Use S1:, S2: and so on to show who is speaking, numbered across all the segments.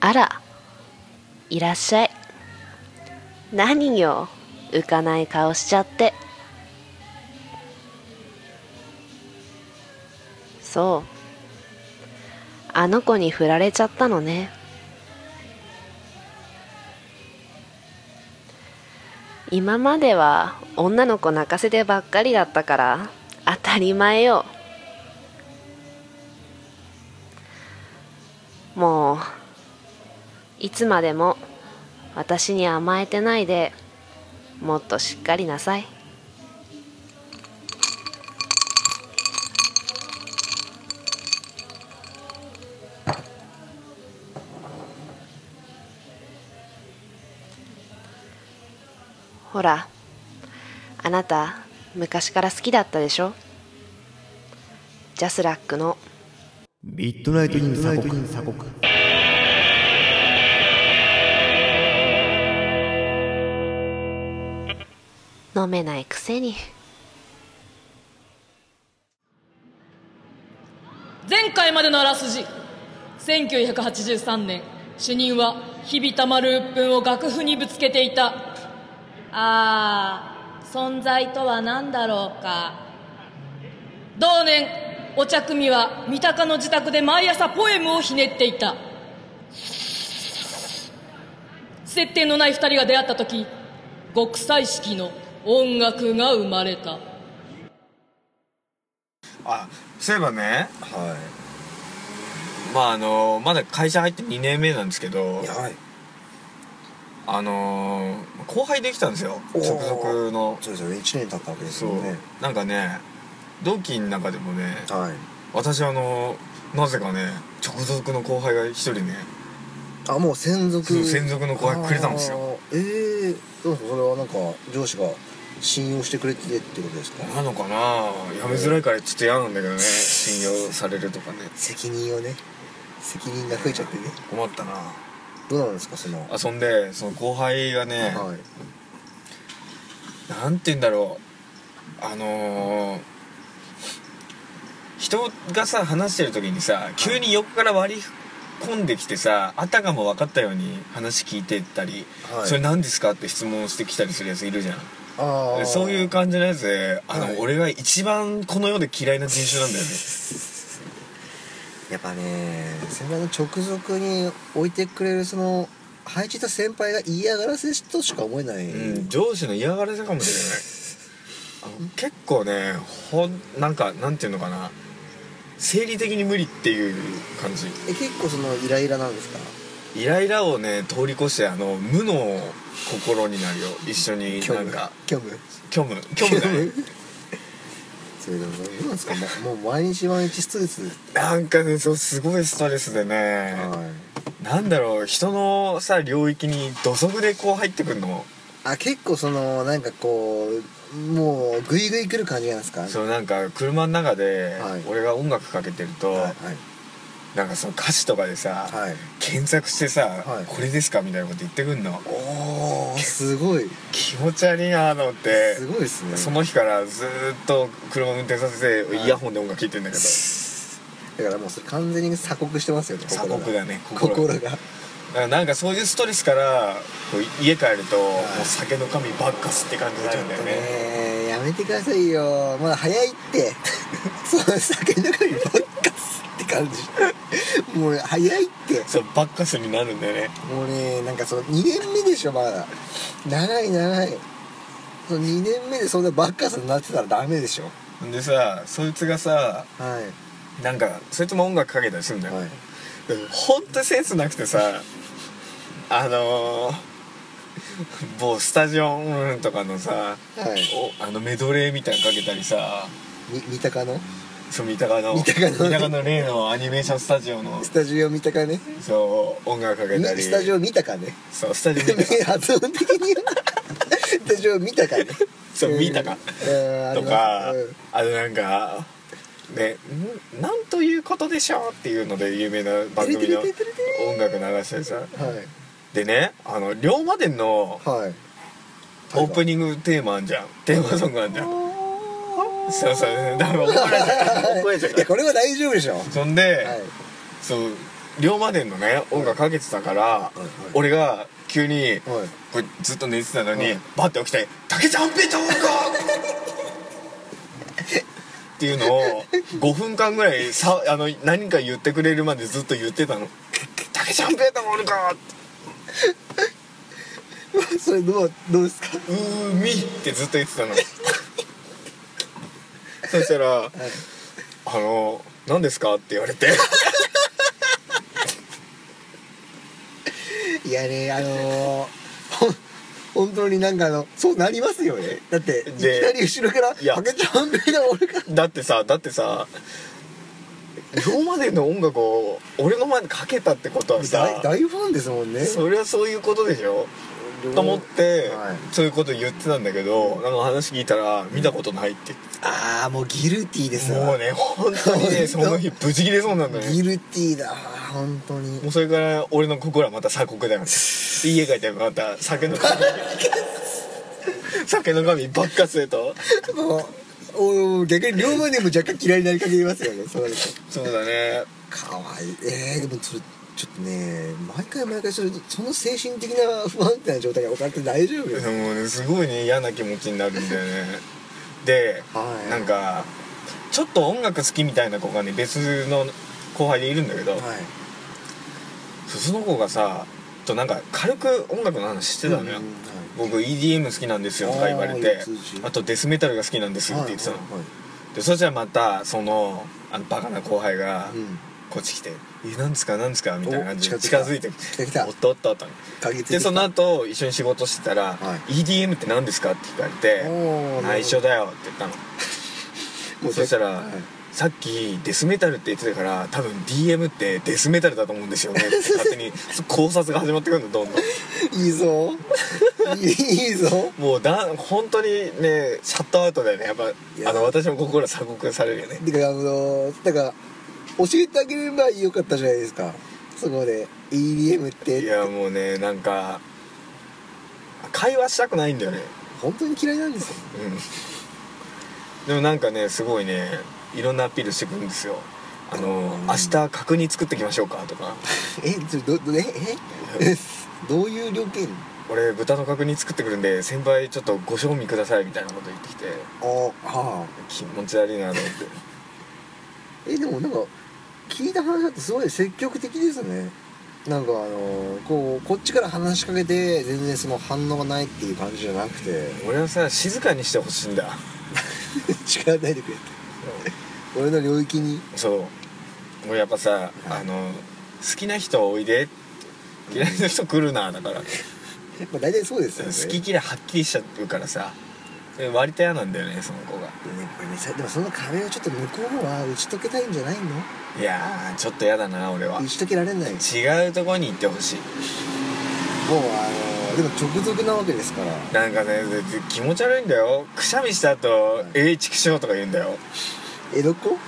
S1: あら、いらっしゃい。何よ、浮かない顔しちゃって。そう、あの子に振られちゃったのね。今までは女の子泣かせてばっかりだったから当たり前よもういつまでも私に甘えてないでもっとしっかりなさいほらあなた昔から好きだったでしょジャスラックの
S2: ミッドナイトイン鎖国
S1: 飲めないくせに
S3: 前回までのあらすじ1983年主任は日々たまる鬱憤を楽譜にぶつけていたあー存在とは何だろうか同年お茶組は三鷹の自宅で毎朝ポエムをひねっていた接点のない2人が出会った時極彩色の音楽が生まれた
S4: あそういえばねはいまああのまだ会社入って2年目なんですけど
S5: はい
S4: あの後輩できたんですよ
S5: おー
S4: 直属の
S5: そうですよね1年経ったわけです
S4: そう
S5: よね
S4: なんかね同期の中でもね
S5: はい
S4: 私あのなぜかね直属の後輩が一人ね
S5: あもう専
S4: そう
S5: 属
S4: 専属の子がくれたんですよ
S5: あーええどうですかそれはなんか上司が信用してくれてってことですか
S4: なのかな辞めづらいからちょっと嫌なんだ けどね信用されるとかね
S5: 責任をね責任が増えちゃってね
S4: 困ったな
S5: どうなんですかそのは
S4: 遊んでその後輩がね、
S5: い
S4: なんて言うんだろうあのー人がさ話してる時にさ急に横から割り込んできてさあたかも分かったように話聞いてったり、
S5: はい
S4: それ何ですかって質問してきたりするやついるじゃん
S5: あ
S4: で
S5: あ
S4: そういう感じのやつであの、
S5: はい
S4: 俺が一番この世で嫌いな人種なんだよね
S5: やっぱね先輩の直属に置いてくれるその配置した先輩が嫌がらせとしか思えない、
S4: うん、上司の嫌がらせかもしれないあの結構ねほんなんかなんていうのかな生理的に無理っていう感じ
S5: え結構そのイライラなんですか
S4: イライラをね通り越してあの無の心になるよ一緒に
S5: 虚
S4: な
S5: 無
S4: んか
S5: 虚無
S4: 虚無虚無だね
S5: それでもどうなんですかもうもう毎日毎日ストレス
S4: なんかねそうすごいストレスでね
S5: はい
S4: なんだろう人のさ領域に土足でこう入ってくんの
S5: あ結構そのなんかこうもうグイグイ来る感じなんですか
S4: そうなんか車の中で
S5: はい
S4: 俺が音楽かけてると、
S5: はい
S4: なんかその歌詞とかでさ、
S5: はい、はい、
S4: 検索してさ、
S5: はい
S4: これですかみたいなこと言ってくんの
S5: おーすごい
S4: 気持ち悪いなと思って
S5: すごいですね
S4: その日からずーっと車運転させて
S5: はい
S4: イヤホンで音楽聴いてんだけど、
S5: だからもうそれ完全に鎖国してますよね
S4: 鎖国だね
S5: 心が
S4: 心が
S5: 心が
S4: だからなんかそういうストレスからこう家帰るともう酒の神ばっかすって感じにな
S5: ちょ
S4: る
S5: っ
S4: んだよ
S5: と
S4: ね
S5: ねやめてくださいよまだ早いって そう酒の中にばっかすって感じもう早いって
S4: そうばっかすになるんだよね
S5: もうねなんかその2年目でしょまだ長い長いその2年目でそんなばっかすになってたらダメでしょ
S4: でさそいつがさ
S5: は
S4: なんかそいつも音楽かけたりするんだ
S5: い
S4: よ、
S5: はい
S4: でもほんとセンスなくてさあのー、某スタジオうんとかのさ、
S5: はい
S4: おあのメドレーみたいなのかけたりさ
S5: み三鷹の
S4: そう三鷹の
S5: 三鷹の
S4: 例のアニメーションスタジオの
S5: スタジオ三鷹ね
S4: そう音楽かけ
S5: み
S4: たり
S5: スタジオ三鷹ね
S4: そうスタジ オ三鷹
S5: 発音的にはスタジオ三鷹ね
S4: そう三鷹
S5: うん
S4: とか、
S5: ありますうん
S4: あとなんかねんなんということでしょうっていうので有名な番組の
S5: てれてれてれてれ
S4: 音楽流したりさ
S5: はい
S4: でねあの龍馬伝の
S5: はい
S4: オープニングテーマあんじゃんテーマソングあんじゃんそう そうだから怒られちゃう怒られちゃ
S5: いや
S4: う
S5: これは大丈夫でしょは
S4: そんで、
S5: い
S4: そう龍馬伝のね音楽かけてたから
S5: いはい
S4: 俺が急に
S5: はい
S4: これずっと寝てたのに
S5: はい
S4: バッて起きて「竹ちゃんぺとー っていうのを5分間ぐらいさあの何か言ってくれるまでずっと言ってたの「竹ちゃんぺとーか!」
S5: それどうどうですか
S4: うーみってずっと言って たのそしたら「あの何ですか?」って言われて
S5: いやねあのー、ほん本当になんかあのそうなりますよねだっていき
S4: で
S5: なり後ろから「
S4: いや
S5: ハゲちゃんべえだ俺か
S4: だってさだってさ今までの音楽を俺の前でかけたってことは
S5: 大
S4: さ
S5: 大ファンですもんね
S4: そりゃそういうことでしょ
S5: 両
S4: と思って、
S5: はい
S4: そういうこと言ってたんだけどなんか話聞いたら見たことないって
S5: ああもうギルティーですわ
S4: もうね本当にねその日ブチ切れそうなんだ
S5: ギ
S4: ね
S5: ルティーだわ本当に
S4: もうそれから俺の心はまた鎖国だよねで家帰ってまた酒の神酒の神ばっかすると
S5: もうお逆に龍馬でも若干嫌いになりかけますよねそうなると
S4: そうだね
S5: かわいいえー、でもそれちょっとね毎回毎回それその精神的な不安定な状態が分かって大丈夫よ
S4: でもねすごいね嫌な気持ちになるんだよねで、
S5: はい
S4: なんかちょっと音楽好きみたいな子がね別の後輩でいるんだけど、
S5: はい
S4: その子がさちょっとなんか軽く音楽の話してた
S5: う
S4: のよ、
S5: んうんはい
S4: 僕 EDM 好きなんですよとか言われ
S5: あー
S4: て
S5: 四つ打ち
S4: あとデスメタルが好きなんですって言ってたの、
S5: はいはいはい
S4: でそしたらまたそのあのバカな後輩が
S5: うん
S4: こっち来て「えなんですかなんですか?」みたいな感じで
S5: お
S4: 近
S5: 近
S4: づ
S5: づ
S4: い
S5: い
S4: て
S5: て
S4: き
S5: きた
S4: て
S5: 来た来た
S4: おっとおっとおっと」
S5: 嗅ぎつけてき
S4: で
S5: た
S4: その後一緒に仕事してたら「
S5: は
S4: EDM って何ですか?」って聞かれ
S5: お
S4: て
S5: ー
S4: 「内緒だよ」って言ったの
S5: もう
S4: そしたら、
S5: はい
S4: さっきデスメタルって言ってたから多分 DM ってデスメタルだと思うんです よね」って勝手に考察が始まってくるのどんどん
S5: いい ぞいいぞ
S4: もうだ本当にねシャットアウトだよねやっ
S5: い
S4: ぱ
S5: や
S4: あの私も心鎖国されるよね
S5: てかあのだから教えてあげればよかったじゃないですかそこで EDM っ
S4: い
S5: て
S4: やもうねなんか会話したくないんだよね
S5: 本当に嫌いなんですよ
S4: うんでもなんかねすごいねいろんなアピールしてくるんですよあの
S5: うん
S4: 明日角煮作ってきましょうかと か
S5: えちょどどええ どういう料金
S4: 俺豚の角煮作ってくるんで先輩ちょっとご賞味くださいみたいなこと言ってきて
S5: あはあ
S4: 気持ち悪いなと思って
S5: えでもなんか聞いた話だってすごい積極的ですねなんかあのこうこっちから話しかけて全然その反応がないっていう感じじゃなくて
S4: 俺はさ静かにしてほしいんだ
S5: 力ないでくれって俺の領域に
S4: そう俺やっぱさ、
S5: はい
S4: あの好きな人おいで嫌いな人来るなだから、
S5: やっぱ大体そうですよね
S4: 好き嫌いはっきりしちゃうからさ割と嫌なんだよねその子が
S5: ねこれねさでもその壁をちょっと向こうは打ち解けたいんじゃないの
S4: いやーちょっと嫌だな俺は
S5: 打ち解けられないもう
S4: 違うとこに行ってほしい
S5: あのでも直属なわけですから
S4: なんかねでで気持ち悪いんだよくしゃみした後「えいちくしょう」とか言うんだよ
S5: 江戸っ子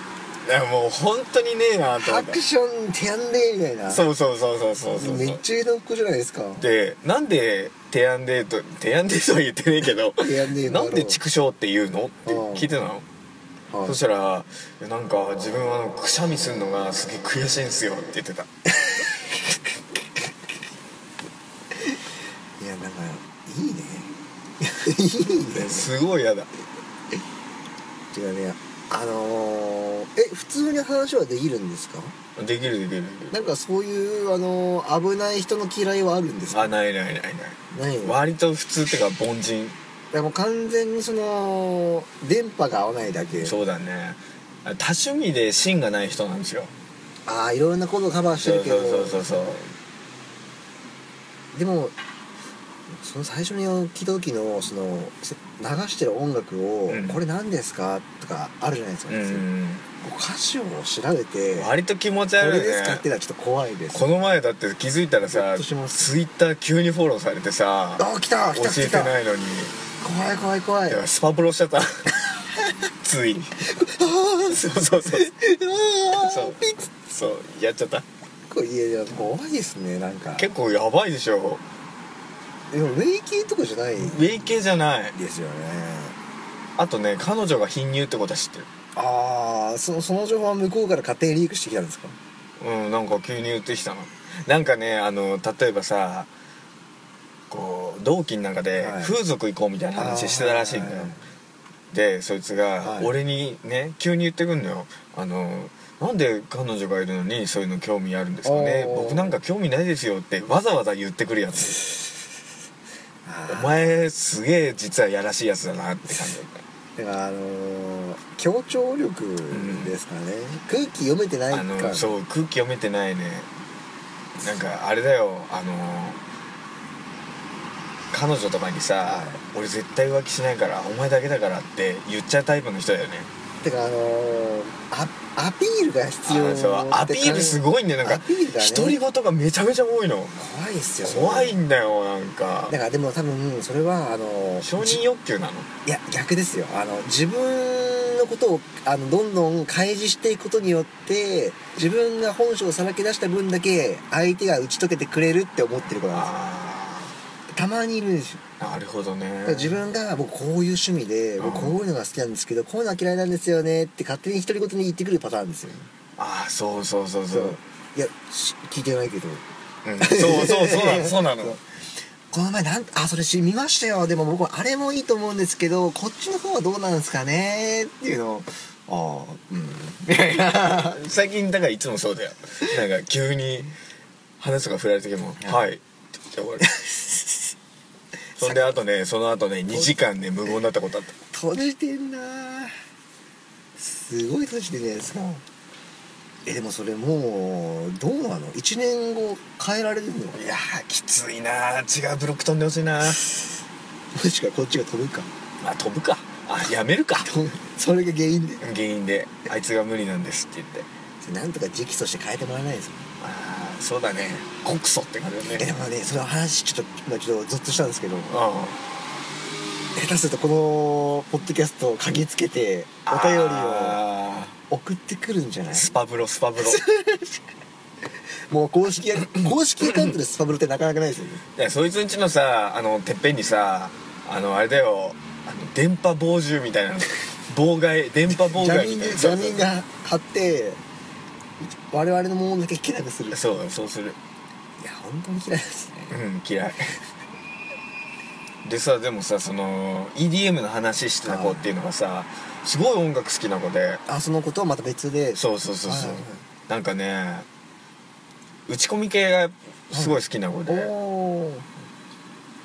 S4: いやもう本当にねえなと思
S5: ア
S4: った
S5: クション手やんでみたいな
S4: そうそうそうそうそうそう
S5: めっちゃ江戸っ子じゃないですか
S4: でなんで「提案デート」「提案デート」は言ってねえけど
S5: 提案デートだ
S4: な
S5: ろ
S4: んで「ちくしょう」って言うのって聞いてたの
S5: はい
S4: そしたらいやなんか自分はあのくしゃみするのがすげえ悔しいんですよって言ってた
S5: いやなんかいいね いいね
S4: すごい嫌だ
S5: 違うねあのー、え普通に話はできるんですか
S4: できるできるできる
S5: なんかそういうあのー危ない人の嫌いはあるんですか
S4: あないないないない
S5: ないの
S4: 割と普通っていうか凡人
S5: でも完全にその電波が合わないだけ
S4: そうだねあ多趣味で芯がない人なんですよ
S5: ああいろんなことをカバーして
S4: そ
S5: る
S4: う
S5: け
S4: そ
S5: ど
S4: うそうそうそう
S5: でもその最初に聞いた時のそのせ流してる音楽を、
S4: うん
S5: これ何ですかとかあるじゃないですか、
S4: うん
S5: 歌詞を調べてこ
S4: 割と気持ち悪
S5: れ
S4: い
S5: ですかっていう
S4: ね
S5: のはちょっと怖いです
S4: この前だって気づいたら
S5: ゾ
S4: さ
S5: ッとします
S4: ツイッター急にフォローされてさ
S5: あ来た来
S4: 教
S5: た来
S4: えて
S5: た
S4: ないのに
S5: 怖い怖い怖い
S4: だからスパブロしちゃった ついにそうそうそうそうそうやっちゃった
S5: これいやいや怖いですねなんか
S4: 結構やばいでしょ
S5: でも霊系とかじゃない
S4: ウェイ系じゃない
S5: ですよね
S4: あとね彼女が貧乳ってことは知ってる
S5: ああそのその情報は向こうから勝手にリークしてきたんですか
S4: うんなんか急に言ってきたのなんかねあの例えばさこう同期の中で
S5: はい
S4: 風俗行こうみたいな話してたらしいんだ
S5: あ
S4: よ、
S5: ーはいはい
S4: でそいつが
S5: はい
S4: 俺にね急に言ってくんのよあのなんで彼女がいるのにそういうの興味あるんですかね
S5: おー
S4: 僕なんか興味ないですよってわざわざ言ってくるやつ お
S5: あ
S4: 前すげえ実はやらしいやつだなって感じだった
S5: ーだからあのー協調力ですかね、空気読めてない
S4: あ
S5: から
S4: のそう空気読めてないねなんかあれだよあの彼女とかにさ、
S5: はい
S4: 俺絶対浮気しないからお前だけだからって言っちゃうタイプの人だよね
S5: てかあのーあアピールが必要
S4: あそうアピールす
S5: い
S4: ごいんだよなん
S5: ア
S4: か
S5: ピールだね
S4: 独り言がめちゃめちゃ多いの
S5: 怖いっすよ
S4: 怖いんだよなんか
S5: だからでも多分それはあのー
S4: 承
S5: じ
S4: 認欲求なの
S5: いや逆ですよあの自分のことをあのどんどん開示していくことによって自分が本性をさらけ出した分だけ相手が打ち解けてくれるって思ってる子なんで
S4: あ
S5: すたまにいるんですよ
S4: あなるほどね
S5: だから自分が僕こういう趣味で
S4: うん
S5: 僕こういうのが好きなんですけどこういうのは嫌いなんですよねって勝手に独り言に言ってくるパターンですよ
S4: ああそうそうそうそ、
S5: そうういやし聞いてないけど
S4: うん、そうそうそう なのそうな
S5: そう
S4: の
S5: この前なんあそれし見ましたよでも僕はあれもいいと思うんですけどこっちの方はどうなんですかねっていうのをああうん
S4: 最近だからいつもそうだよなんか急に話とか振られた時も「はい」って言って終 わるそんであとねその後ね2時間ね無言だったことあった
S5: 閉じてんなすごい閉じてるじゃないですかえでもそれもうどうなの1年後変えられるの
S4: いやーきついなー違うブロック飛んでほしいなー
S5: もしくはこっちが飛ぶか
S4: まあ飛ぶかあやめる か
S5: 飛ぶそれが原因で
S4: 原因であいつが無理なんですって言って
S5: なんとか直訴して変えてもらえないですか
S4: ああそうだね告訴って感じだ
S5: えで
S4: ね
S5: もねその話ちょっと今ちょっとゾッとしたんですけど
S4: あ
S5: 下手するとこのポッドキャストを嗅ぎつけて
S4: あ
S5: お便りを
S4: あ
S5: 送ってくるんじゃな
S4: ー
S5: い
S4: スパブロスパブロ
S5: もう公式や 公式アカウントでスパブロってなかなかないですよね
S4: いやそいつんちのさあのてっぺんにさあのあれだよあの電波傍受みたいなの 妨害電波妨
S5: ジャ
S4: 害
S5: ミ
S4: み
S5: ン
S4: たい
S5: で
S4: な
S5: ジャミンが貼って我々のものだけ聞けなくするい
S4: そうそうする
S5: や本当に嫌いですね
S4: うん嫌いでさでもさその EDM の話してた子っていうのがさすごい音楽好きな子で
S5: あそのことはまた別で
S4: そうそうそうそう
S5: はいはいはい
S4: なんかね打ち込み系がすごい好きな子で、
S5: おお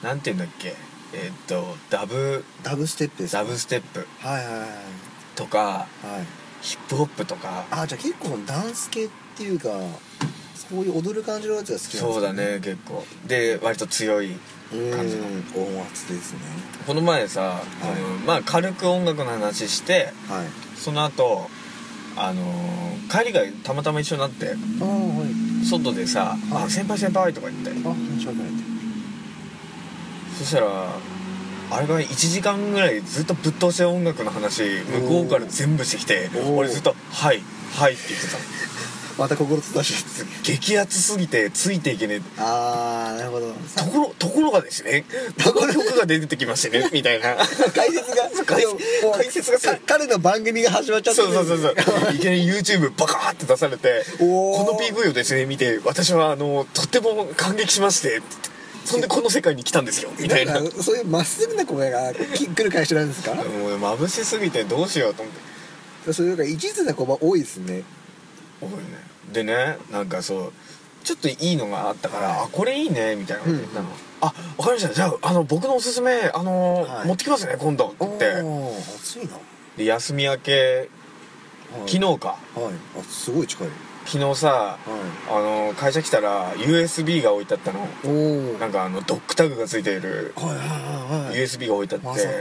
S5: ー
S4: なんて言うんだっけえーっとダブ
S5: ダブステップですか
S4: ダブステップ
S5: はいはいはい
S4: とか
S5: はい
S4: ヒップホップとか
S5: あじゃあ結構ダンス系っていうかそういう踊る感じのやつが好きなんです
S4: そうだね結構で割と強い感じの
S5: うん音圧ですね
S4: この前さ、あのまあ軽く音楽の話して
S5: はい
S4: その後あのー帰りがたまたま一緒になって
S5: ああはい
S4: 外でさ「
S5: はい
S4: あ先輩先輩」とか言って
S5: あ話は変え
S4: そしたらあれが1時間ぐらいずっとぶっ通して音楽の話向こうから全部してきて
S5: おー
S4: 俺ずっと「はいはい」って言ってたの
S5: てまた心閉ざし
S4: 激アツすぎてついていけねえ
S5: ああなるほど
S4: ところところがですね
S5: とこ
S4: こ
S5: ろ
S4: の
S5: が
S4: 曲が出てきましてねみたいな
S5: 解説が
S4: 解説
S5: もう
S4: 解説がすごい
S5: か彼の番組が始まっちゃって
S4: そう
S5: る
S4: そうそうそういきなり YouTube バカーって出されて
S5: おー
S4: この PV をですね見て私はあのとっても感激しましてそんでこの世界に来たんですよみたいな
S5: んかそういうまっすぐな声がき来る会社なんですか
S4: もう眩しすぎてどうしようと思って
S5: そういうか一途な子が多いですね
S4: 多いねでねなんかそうちょっといいのがあったから、あこれいいねみたいなこと言ったの、あわかりましたじゃああの僕のおすすめあの、
S5: はい
S4: 持ってきますね今度って言って
S5: おー熱いな、は
S4: で休み明け
S5: い
S4: 昨日か
S5: はいあすごい近い
S4: 昨日さ、
S5: い
S4: あの会社来たら USB が置いてあったの
S5: おお
S4: なんかあのドックタグがついている
S5: はいはいはいはい
S4: USB が置いてあって、
S5: まさか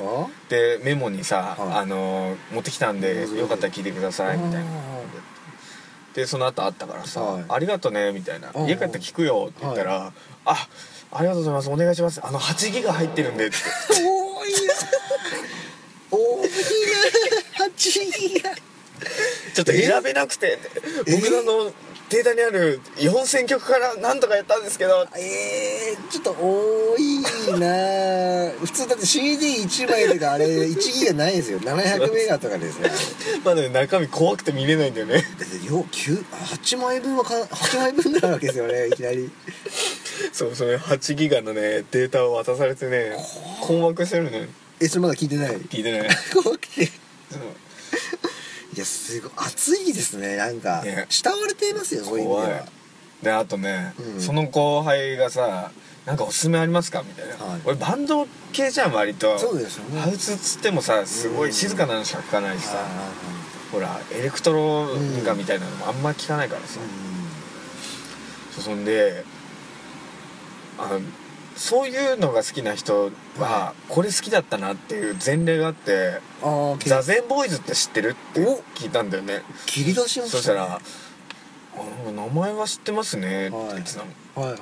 S4: でメモにさ、
S5: はい
S4: あの持ってきたんでよかったら聞いてくださいみたいなでその後会ったからさ「
S5: はい
S4: ありがとね」みたいな
S5: うんう
S4: 「
S5: ん
S4: 家帰ったら聞くよ」って言ったら「あありがとうございますお願いしますあの8ギガ入ってるんで」 って
S5: 多いな多いな8ギガ
S4: ちょっと選べなくてって
S5: え
S4: 僕のあのデータにある4000曲から何とかやったんですけど
S5: えー、ちょっと多いなぁ普通だって CD1 枚とかあれ1ギガないですよ700メガとかですね
S4: まあね中身怖くて見れないんだよね
S5: だってよう9 8枚分はか8枚分なわけですよねいきなり
S4: そうそれ8ギガのねデータを渡されてね困惑してるね
S5: えそれまだ聞いてない
S4: 聞 いてない
S5: 怖くて
S4: そう
S5: いやすごい暑いですねなんか、
S4: ね
S5: 慕われていますよそういう意味
S4: 怖
S5: で
S4: いであとね、
S5: うん
S4: その後輩がさなんかおすすめありますかみたいな、
S5: はい
S4: 俺バンド系じゃん割と
S5: はそうですよね
S4: ハウスっつってもさすご
S5: うん
S4: い静かなのしか聞かないしさ、
S5: あ
S4: ほらエレクトロガみたいなのもあんま聞かないから
S5: ー、
S4: さ
S5: う
S4: そうそんであのそういうのが好きな人はこれ好きだったなっていう前例があって
S5: んあー
S4: 「
S5: け
S4: 座禅ボーイズって知ってる?」って聞いたんだよね
S5: 切り出しました
S4: そ
S5: ね
S4: したら「あ名前は知ってますね」って
S5: はい
S4: 言ってたの、
S5: はいはい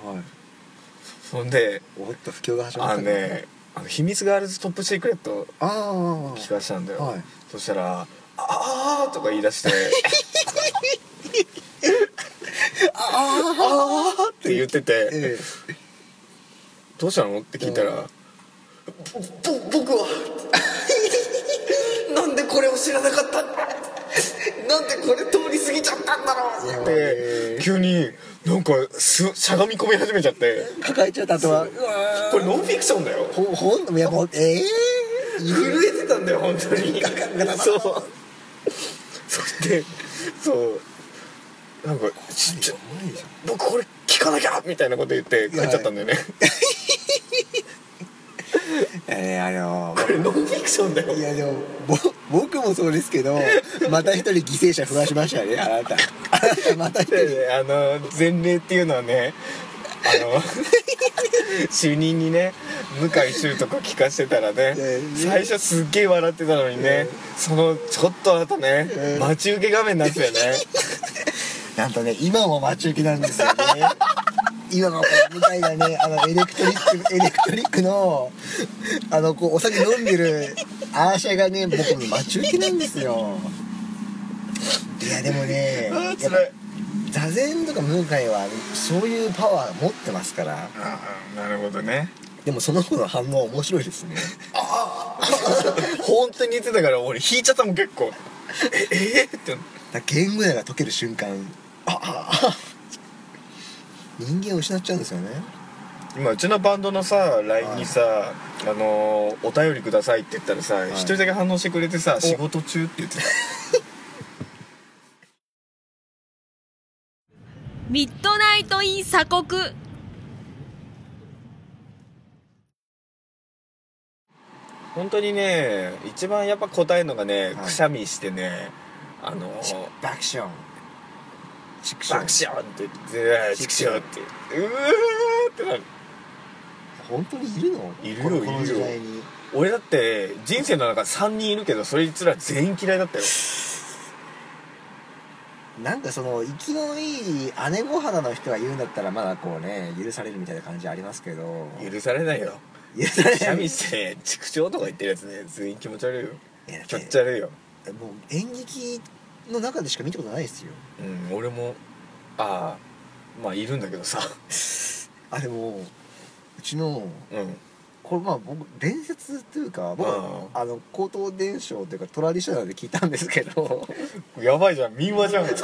S4: そんで
S5: おっと不況が始まっ
S4: あ
S5: た
S4: のねあの秘密ガールズトップシークレット
S5: あーあ
S4: 聞かせたんだよ、
S5: はい
S4: そしたら「ああ」とか言い出して「ああ」って言ってて、
S5: え
S4: どうしたのって聞いたら「ぼぼ僕はなんでこれを知らなかったんだなんでこれ通り過ぎちゃったんだろう」っ
S5: え
S4: て急になんかすしゃがみ込み始めちゃって
S5: え抱えちゃった後はうわー
S4: これノンフィクションだよ
S5: ほほんやっぱええ
S4: 震えてたんだよ本当にそうそしてそうなんかちちょ僕これ聞かなきゃみたいなこと言って帰っちゃったんだよね、
S5: えー、あの
S4: これノンフィクションだよ
S5: いやでもぼ僕もそうです けどまた一人犠牲者増やしましたねあなたあなたまた一人
S4: であの前例っていうのはねあ の主任にね向井秀とか聞かせてたらね
S5: ええ
S4: 最初すっげえ笑ってたのにねそのちょっと後ね
S5: ええ
S4: 待ち受け画面になって たよね
S5: なんとね今も待ち受けなんですよね今がこう向井がねあのエレクトリックエレクトリックのあのこうお酒飲んでるアーシャがね僕も待ち受けなんですよいやでも ね
S4: あー
S5: やっ
S4: 辛
S5: ぱ
S4: い
S5: 座禅とか向井はそういうパワー持ってますから
S4: ああなるほどね
S5: でもその子の反応は面白いですね
S4: 本当に言ってたから俺引いちゃったもん結構えええって
S5: だから言語が解ける瞬間あああ人間を失っちゃうんですよね
S4: 今うちのバンドのさ LINE にさ、あのーお便りください」って言ったらさ一、人だけ反応してくれてさ「仕事中」って言ってた
S3: ミッドナイトイン鎖国
S4: 本当にね一番やっぱ答えるのがね、
S5: はい
S4: くしゃみしてねあのー
S5: バクションチクション
S4: 爆笑って言って「チクション」ってうわーってなる
S5: 本当にいるの
S4: いるよ
S5: この
S4: いるよ
S5: この時代に
S4: 俺だって人生の中3人いるけどそいつら全員嫌いだったよ
S5: なんかその生きのいい姉御肌の人が言うんだったらまだこうね許されるみたいな感じありますけど
S4: 許されないよ
S5: 許され
S4: くし
S5: な
S4: ゃ
S5: い
S4: み して「チクション」とか言ってるやつね全員気持ち悪いよ
S5: いや
S4: 気持ち悪いよ
S5: もう演劇の中でしか見たことないですよ
S4: うん俺もああまあいるんだけど さ
S5: あでもうちの
S4: うん
S5: これまあ僕伝説というか僕はあの高等伝承というかトラディショナルで聞いたんですけど
S4: やばいじゃん民話じ ゃん
S5: 本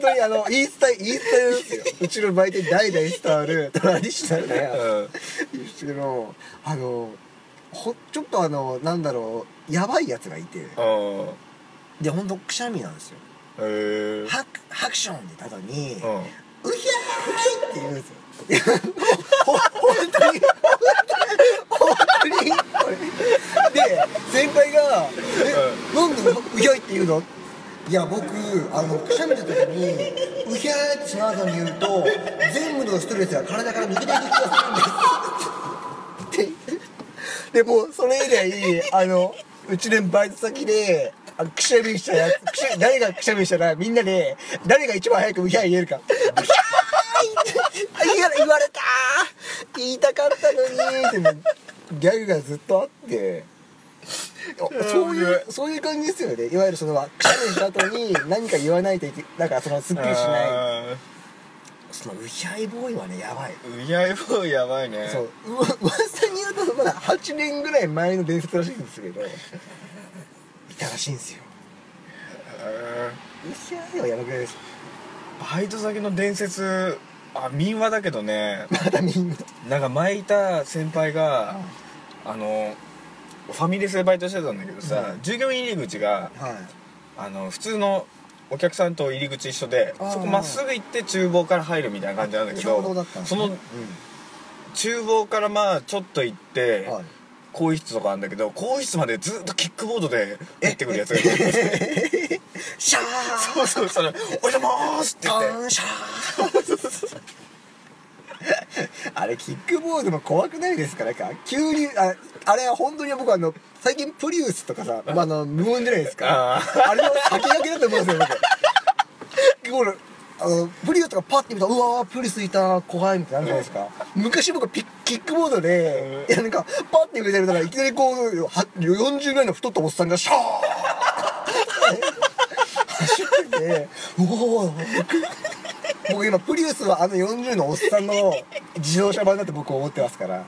S5: 当にあの言い伝え言い伝えですようちの売店に代々伝わるトラディショナルな
S4: うん
S5: うちのあのほちょっとあのなんだろうやばいやつがいて
S4: あ
S5: で本当くしゃみなんですよ
S4: あへえ
S5: ハクハクションって言った後に「
S4: うん
S5: うひゃーい!」って言うんですよ。ほ本当に本当に本当にで先輩が「えなんでうひゃいって言うの?」いや僕あのくしゃみの時に「うひゃー」ってその後に言うと全部のストレスが体から抜けていく気がするんですってでもうそれ以来あのうちでバイト先であくしゃみしたやつくしゃ誰がくしゃみしたらみんなで誰が一番早く「うひゃー」言えるか言わ言われたー言いたかったのにーってもうギャグがずっとあってそういうそういう感じですよねいわゆるそのくしゃみした後に何か言わないといけなんかそのすっきりしない
S4: あ
S5: そのウヒャイボーイはねやばい
S4: ーいやいもうやばいね
S5: そううわ噂によるとまだ8年ぐらい前の伝説らしいんですけどいたらしいんですよ
S4: へ
S5: ウヒャイはやばくないです
S4: ーバイト先の伝説あ民話だけど ね
S5: まだみんな
S4: なんか前いた先輩が、あのファミレスでバイトしてたんだけどさ、従業員入り口が
S5: はい
S4: あの普通のお客さんと入り口一緒で
S5: あー
S4: そこまっすぐ行って厨房から入るみたいな感じなんだけ
S5: ちょ
S4: ど
S5: うどだったんです
S4: そ
S5: ね
S4: の厨房からまあちょっと行って、
S5: うんはい
S4: 更衣室とかあるんだけど更衣室までずっとキックボードで入ってくるやつがいて
S5: シャー
S4: そうそうそれ「おはようございます」って言って
S5: ンシャーあれキックボードも怖くないですからか急にああれは本当に僕あの最近プリウスとかさ、まあ、あの無音じゃないですか
S4: あ
S5: あれの先駆けだと思うんですよ僕これあのプリウスとかパッて見たらうわープリウスいた怖いみたいになるじゃないですか昔僕ピッキックボードで、いやなんかパッて見てみたらいきなりこうは40ぐらいの太ったおっさんがシャー走っててうおー 僕今プリウスはあの40のおっさんの自動車版だって僕思ってますから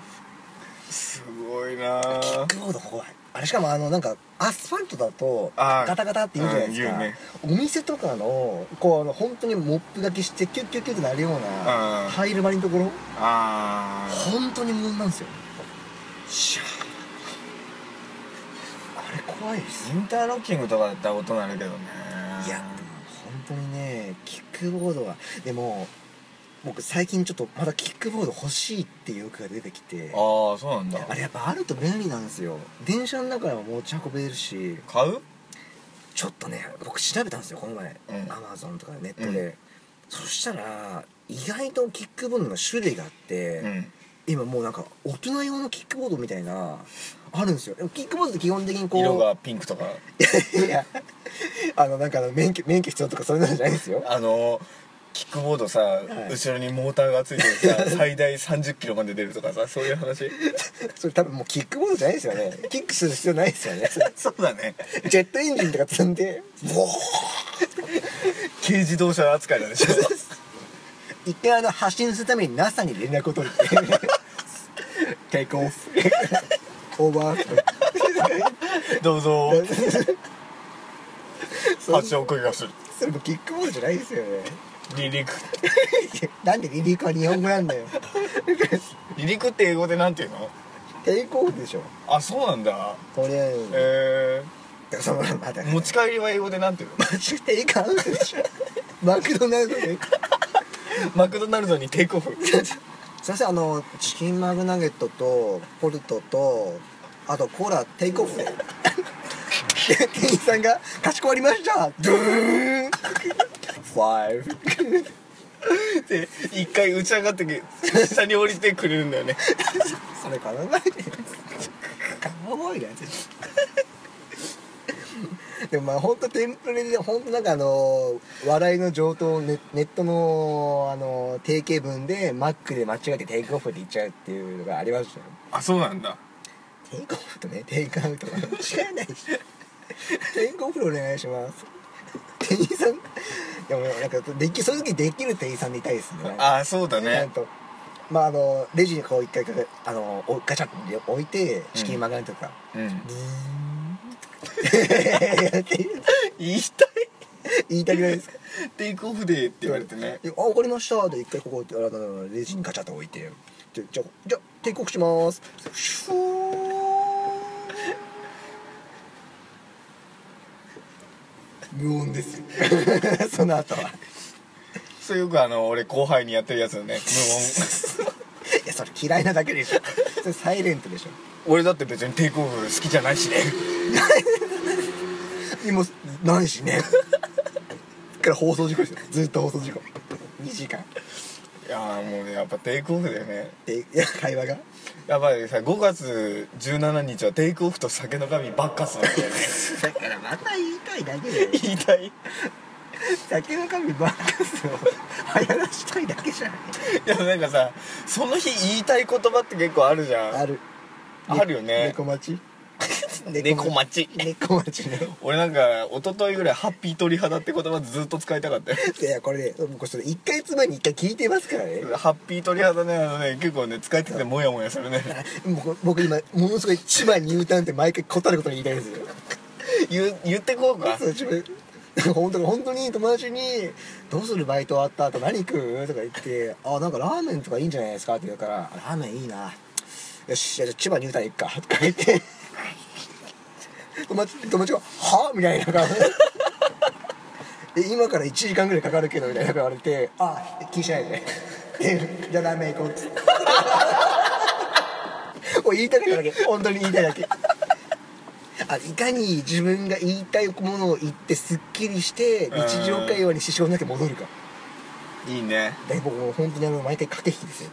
S4: すごいな
S5: キッ
S4: ぁ
S5: クボード怖いあれしかもあのなんかアスファルトだと
S4: あー
S5: ガタガタって言うじゃないです
S4: うん
S5: か、
S4: 言うね
S5: お店とかのこうあの本当にモップがきしてキュッキュッキュッってなるよう
S4: うん
S5: な入る張りのところ
S4: あー
S5: 本当に無音なんですよシャーあれ怖いです
S4: インターロッキングとかだったら音なるけどね
S5: いや本当にねキックボードはでも僕最近ちょっとまだキックボード欲しいっていう欲が出てきてあ
S4: ああそうなんだ
S5: れやっぱあると便利なんですよ電車の中でも持ち運べるし
S4: 買う
S5: ちょっとね僕調べたんですよこの前
S4: うん
S5: アマゾンとかネットで、そしたら意外とキックボードの種類があって、
S4: うん
S5: 今もうなんか大人用のキックボードみたいなあるんですよでもキックボードって基本的にこう
S4: 色がピンクとか
S5: いやあのなんかあの免許免許必要とかそういうのじゃないですよ
S4: あのキックボードさ、
S5: い
S4: 後ろにモーターがついて るさ最大3 0キロまで出るとかさそういう話
S5: それ多分もうキックボードじゃないですよねキックする必要ないです よね
S4: そうだね
S5: ジェットエンジンとか積んでボー
S4: 軽自動車扱いなんでしょ
S5: 一回あの発信するために NASA に連絡を取って テイクオフオーバー
S4: どうぞ
S5: それ
S4: 発音がする
S5: それもキックボードじゃないですよ ね
S4: 離陸
S5: なんで離陸は日本語なんだよ
S4: 離陸って英語でなんていうの
S5: テイクオフでしょ
S4: あそうなんだ
S5: とりあえずだか
S4: え
S5: らそのまだ
S4: ー、持ち帰りは英語でなん ていうの
S5: テイクアウトでしょマクドナルドで
S4: マクドナルドにテイクオフ
S5: すいませんあのチキンマグナゲットとポルトとあとコーラテイクオフ でで店員さんが「かしこまりました」ドゥーンファイブ
S4: で一回打ち上がってき下に降りてくれるんだよね
S5: それからないでかわいいやつでもまあ本当テンプレで本当なんかあの笑いの上等をネネットのあの定型文でマックで間違えてテイクオフで言っちゃうっていうのがありましたよ
S4: あそうなんだ
S5: テイクオフとねテイクアウトは間違いないしテイクオフお願いします店員さんでもなんかできそういう時できる店員さんでいたいですねなんか
S4: あそうだ
S5: なん
S4: ね
S5: とまああのレジにこう一回かけあのおガチャって置いて資金曲がるとか、
S4: うん
S5: 言いたい言いたくないですかって
S4: テイクオフでって言われてね
S5: 「あ分かりました」で一回ここあのレジにガチャって置いて「でじゃあじゃあテイクオフします」シュー無音ですよその後は
S4: それよくあの俺後輩にやってるやつだね無
S5: いやそれ嫌いなだけでしょそれサイレントでしょ
S4: 音俺だって別にテイクオフ好きじゃないしね
S5: 今ないしね から放送事故ですよずっと放送事故2時間
S4: いやーもうねやっぱテイクオフだよね
S5: でいや会話が
S4: やばいさ5月17日はテイクオフと酒の神ばっかすなんだよね
S5: だからまた言いたいだけで
S4: 言いたいい
S5: 酒の神バカスを流行らしたいだけじゃない
S4: やなんかさその日言いたい言葉って結構あるじゃん
S5: ある
S4: あるよね
S5: 猫待ち
S4: 猫町
S5: 猫町ね
S4: 俺なんか一昨日ぐらいハッピー鳥肌って言葉ずっと使いたかったよ
S5: いやこれね僕それ1ヶ月前に1回聞いてますからね
S4: ハッピー鳥肌ねあのね結構ね使えててモヤモヤするね
S5: 僕僕今ものすごい千葉に U ターンって毎回断ることに言いたいんですよ
S4: 言う言ってこうか
S5: そう自分 本当に本当に友達に「どうするバイト終わった後何食う?」とか言って「あなんかラーメンとかいいんじゃないですか?」って言うから「ラーメンいいなよしじゃあ千葉に入隊行くか」とか言って友達友達が「はみたいな顔で「え今から1時間ぐらいかかるけど」みたいな顔言われて「あ気にしないで」でじゃあラーメン行こう」 っつって俺言いたかっただけ本当に言いたいだけあいかに自分が言いたいものを言ってすっきりして日常会話に支障なく戻るか
S4: いいね
S5: だ僕もう本当にあの毎回駆け引きですよ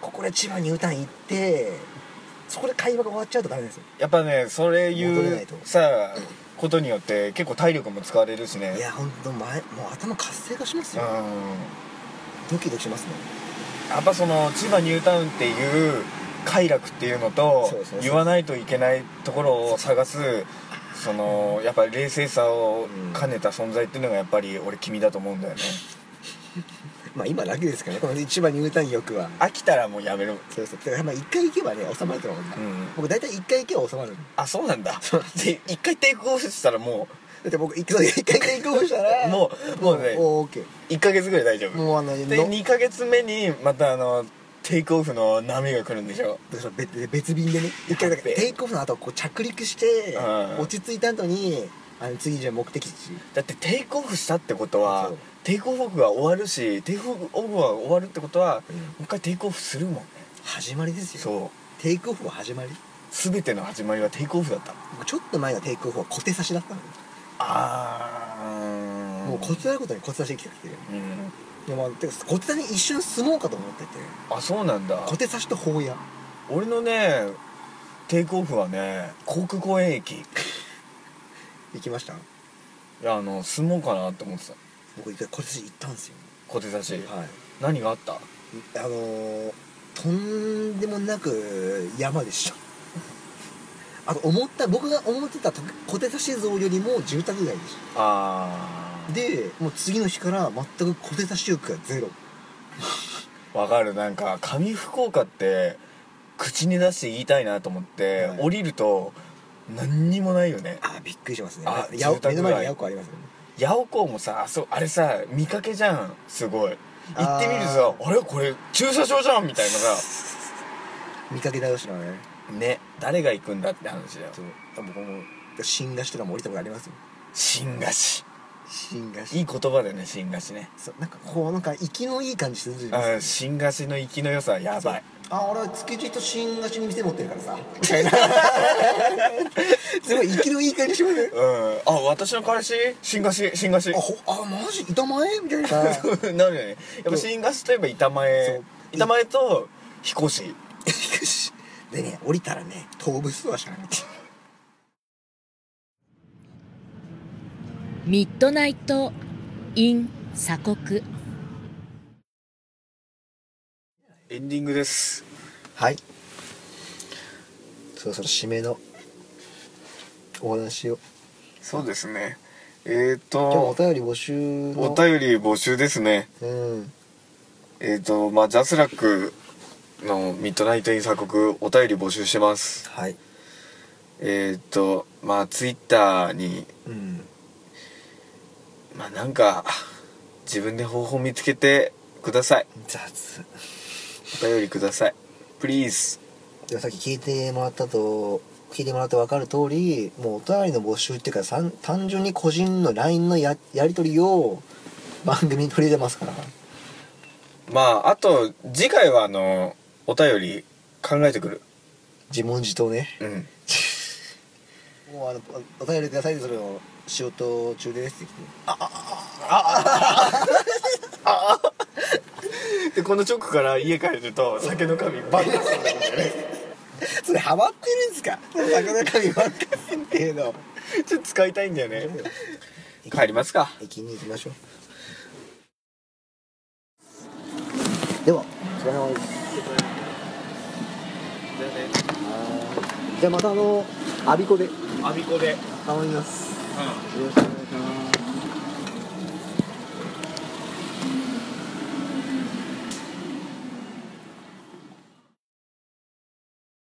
S5: ここで千葉に U ターン行ってそこで会話が終わっちゃうとダメですよ
S4: やっぱねそれ言
S5: 戻れないうと
S4: さことによって結構体力も使われるしね
S5: いや本当前もう頭活性化します
S4: うん
S5: よドキドキしますね
S4: やっぱその千葉ニュータウンっていう快楽っていうのと
S5: そうそうそう
S4: 言わないといけないところを探すそのやっぱり冷静さを兼ねた存在っていうのがやっぱり俺君だと思う んだよね
S5: まあ今だけですからねこの千葉に U ターン欲は
S4: 飽きたらもうやめる
S5: そうそうだからまあ一回行けばね収まると思うんだ、
S4: うん
S5: 僕大体一回行けば収まるんだ
S4: あそうなんだで一回テイクオフしたらも
S5: だって僕一回一回行こうしたら
S4: うもうもうね
S5: もう OK
S4: 1ヶ月ぐらい大丈夫
S5: もうあの
S4: で
S5: の
S4: 2ヶ月目にまたあのテイクオフの波が来るんでしょ
S5: だから別別便でね一回だけ
S4: やっべ
S5: テイクオフの後こう着陸して
S4: うん
S5: 落ち着いた後にあの次じゃあ目的地
S4: だってテイクオフしたってことは
S5: そう
S4: テイクオフが終わるしテイクオフは終わるってことは、
S5: うん
S4: もう一回テイクオフするもんね
S5: 始まりですよ
S4: そう
S5: テイクオフは始まり
S4: 全ての始まりはテイクオフだった
S5: 僕ちょっと前のテイクオフは小手差しだったの、
S4: ああ
S5: もうこつあることに小手差しできてきてる
S4: うん
S5: でもてか小手差に一瞬住もうかと思ってて
S4: あそうなんだ
S5: 小手差しと法屋
S4: 俺のねテイクオフはね航空公園駅い
S5: 行きました
S4: やあの住もうかなって思ってた
S5: 僕一回小手差し行ったんですよ
S4: 小手差し、
S5: はい
S4: 何があった
S5: あのーとんでもなく山でした あと思った僕が思ってたと小手差し像よりも住宅街でし
S4: あ
S5: たでもう次の日から全く小手差し欲がゼロ
S4: わかるなんか上福岡って口に出して言いたいなと思って、
S5: はい
S4: 降りると何にもないよね
S5: あーびっくりしますね
S4: あ
S5: やお
S4: 住宅
S5: 目の
S4: 街
S5: 前にヤオコありますよね
S4: 八百港もさあそうあれさ見かけじゃんすごい行ってみるとさあれこれ駐車場じゃんみたいなさ
S5: 見かけ倒しのね
S4: ね誰が行くんだって話だよ
S5: そう多分この新菓子とかも降りたことありますよ
S4: 新菓子
S5: 新菓子
S4: いい言葉だよね新菓子ね
S5: そうなんかこうなんか息のいい感じするじゃない
S4: あ
S5: で
S4: ー
S5: す
S4: 新菓子の生きの良さはやば
S5: か
S4: い
S5: あ俺は築地と新菓子に店持ってるから さみたいなすごい息のいい感じしますね
S4: うんあ私の彼氏新菓子新菓子
S5: あほあマジ板前みたいなそう
S4: なるよねやっぱ新菓子といえば板
S5: そ
S4: 前
S5: う
S4: 板前と彦子
S5: でね降りたらね東武ストアしかなかった
S6: ミッドナイト・イン・鎖国
S4: エンディングです
S5: はいそろそろ締めのお話を
S4: そうですねえっ、
S5: 今日もお
S4: と
S5: 便り募集の
S4: お便り募集ですね
S5: うん
S4: えっ、とまあジャスラックのミッドナイトイン鎖国お便り募集してます
S5: はい
S4: えっ、とまあツイッターに
S5: うん
S4: まあなんか自分で方法見つけてください
S5: 雑
S4: お便りください please
S5: でもさっき聞いてもらったと聞いてもらって分かる通りもうお便りの募集っていうかさん単純に個人の LINE のややり取りを番組に取り入れますから
S4: まああと次回はあのお便り考えてくる
S5: 自問自答ね
S4: うん
S5: もうあのおお便りくださいそれを仕事中ですって来て
S4: でこの直後から家帰ると酒の神バン出すんだもんね
S5: それハマってるんですか魚神ばっかりっていうの
S4: ちょっと使いたいんだよね帰りますか
S5: 駅に行きましょうではお疲れ様ですじゃあまたあのアビコで
S4: アビコで
S5: 頼みます
S4: うん
S5: よろしくお願いします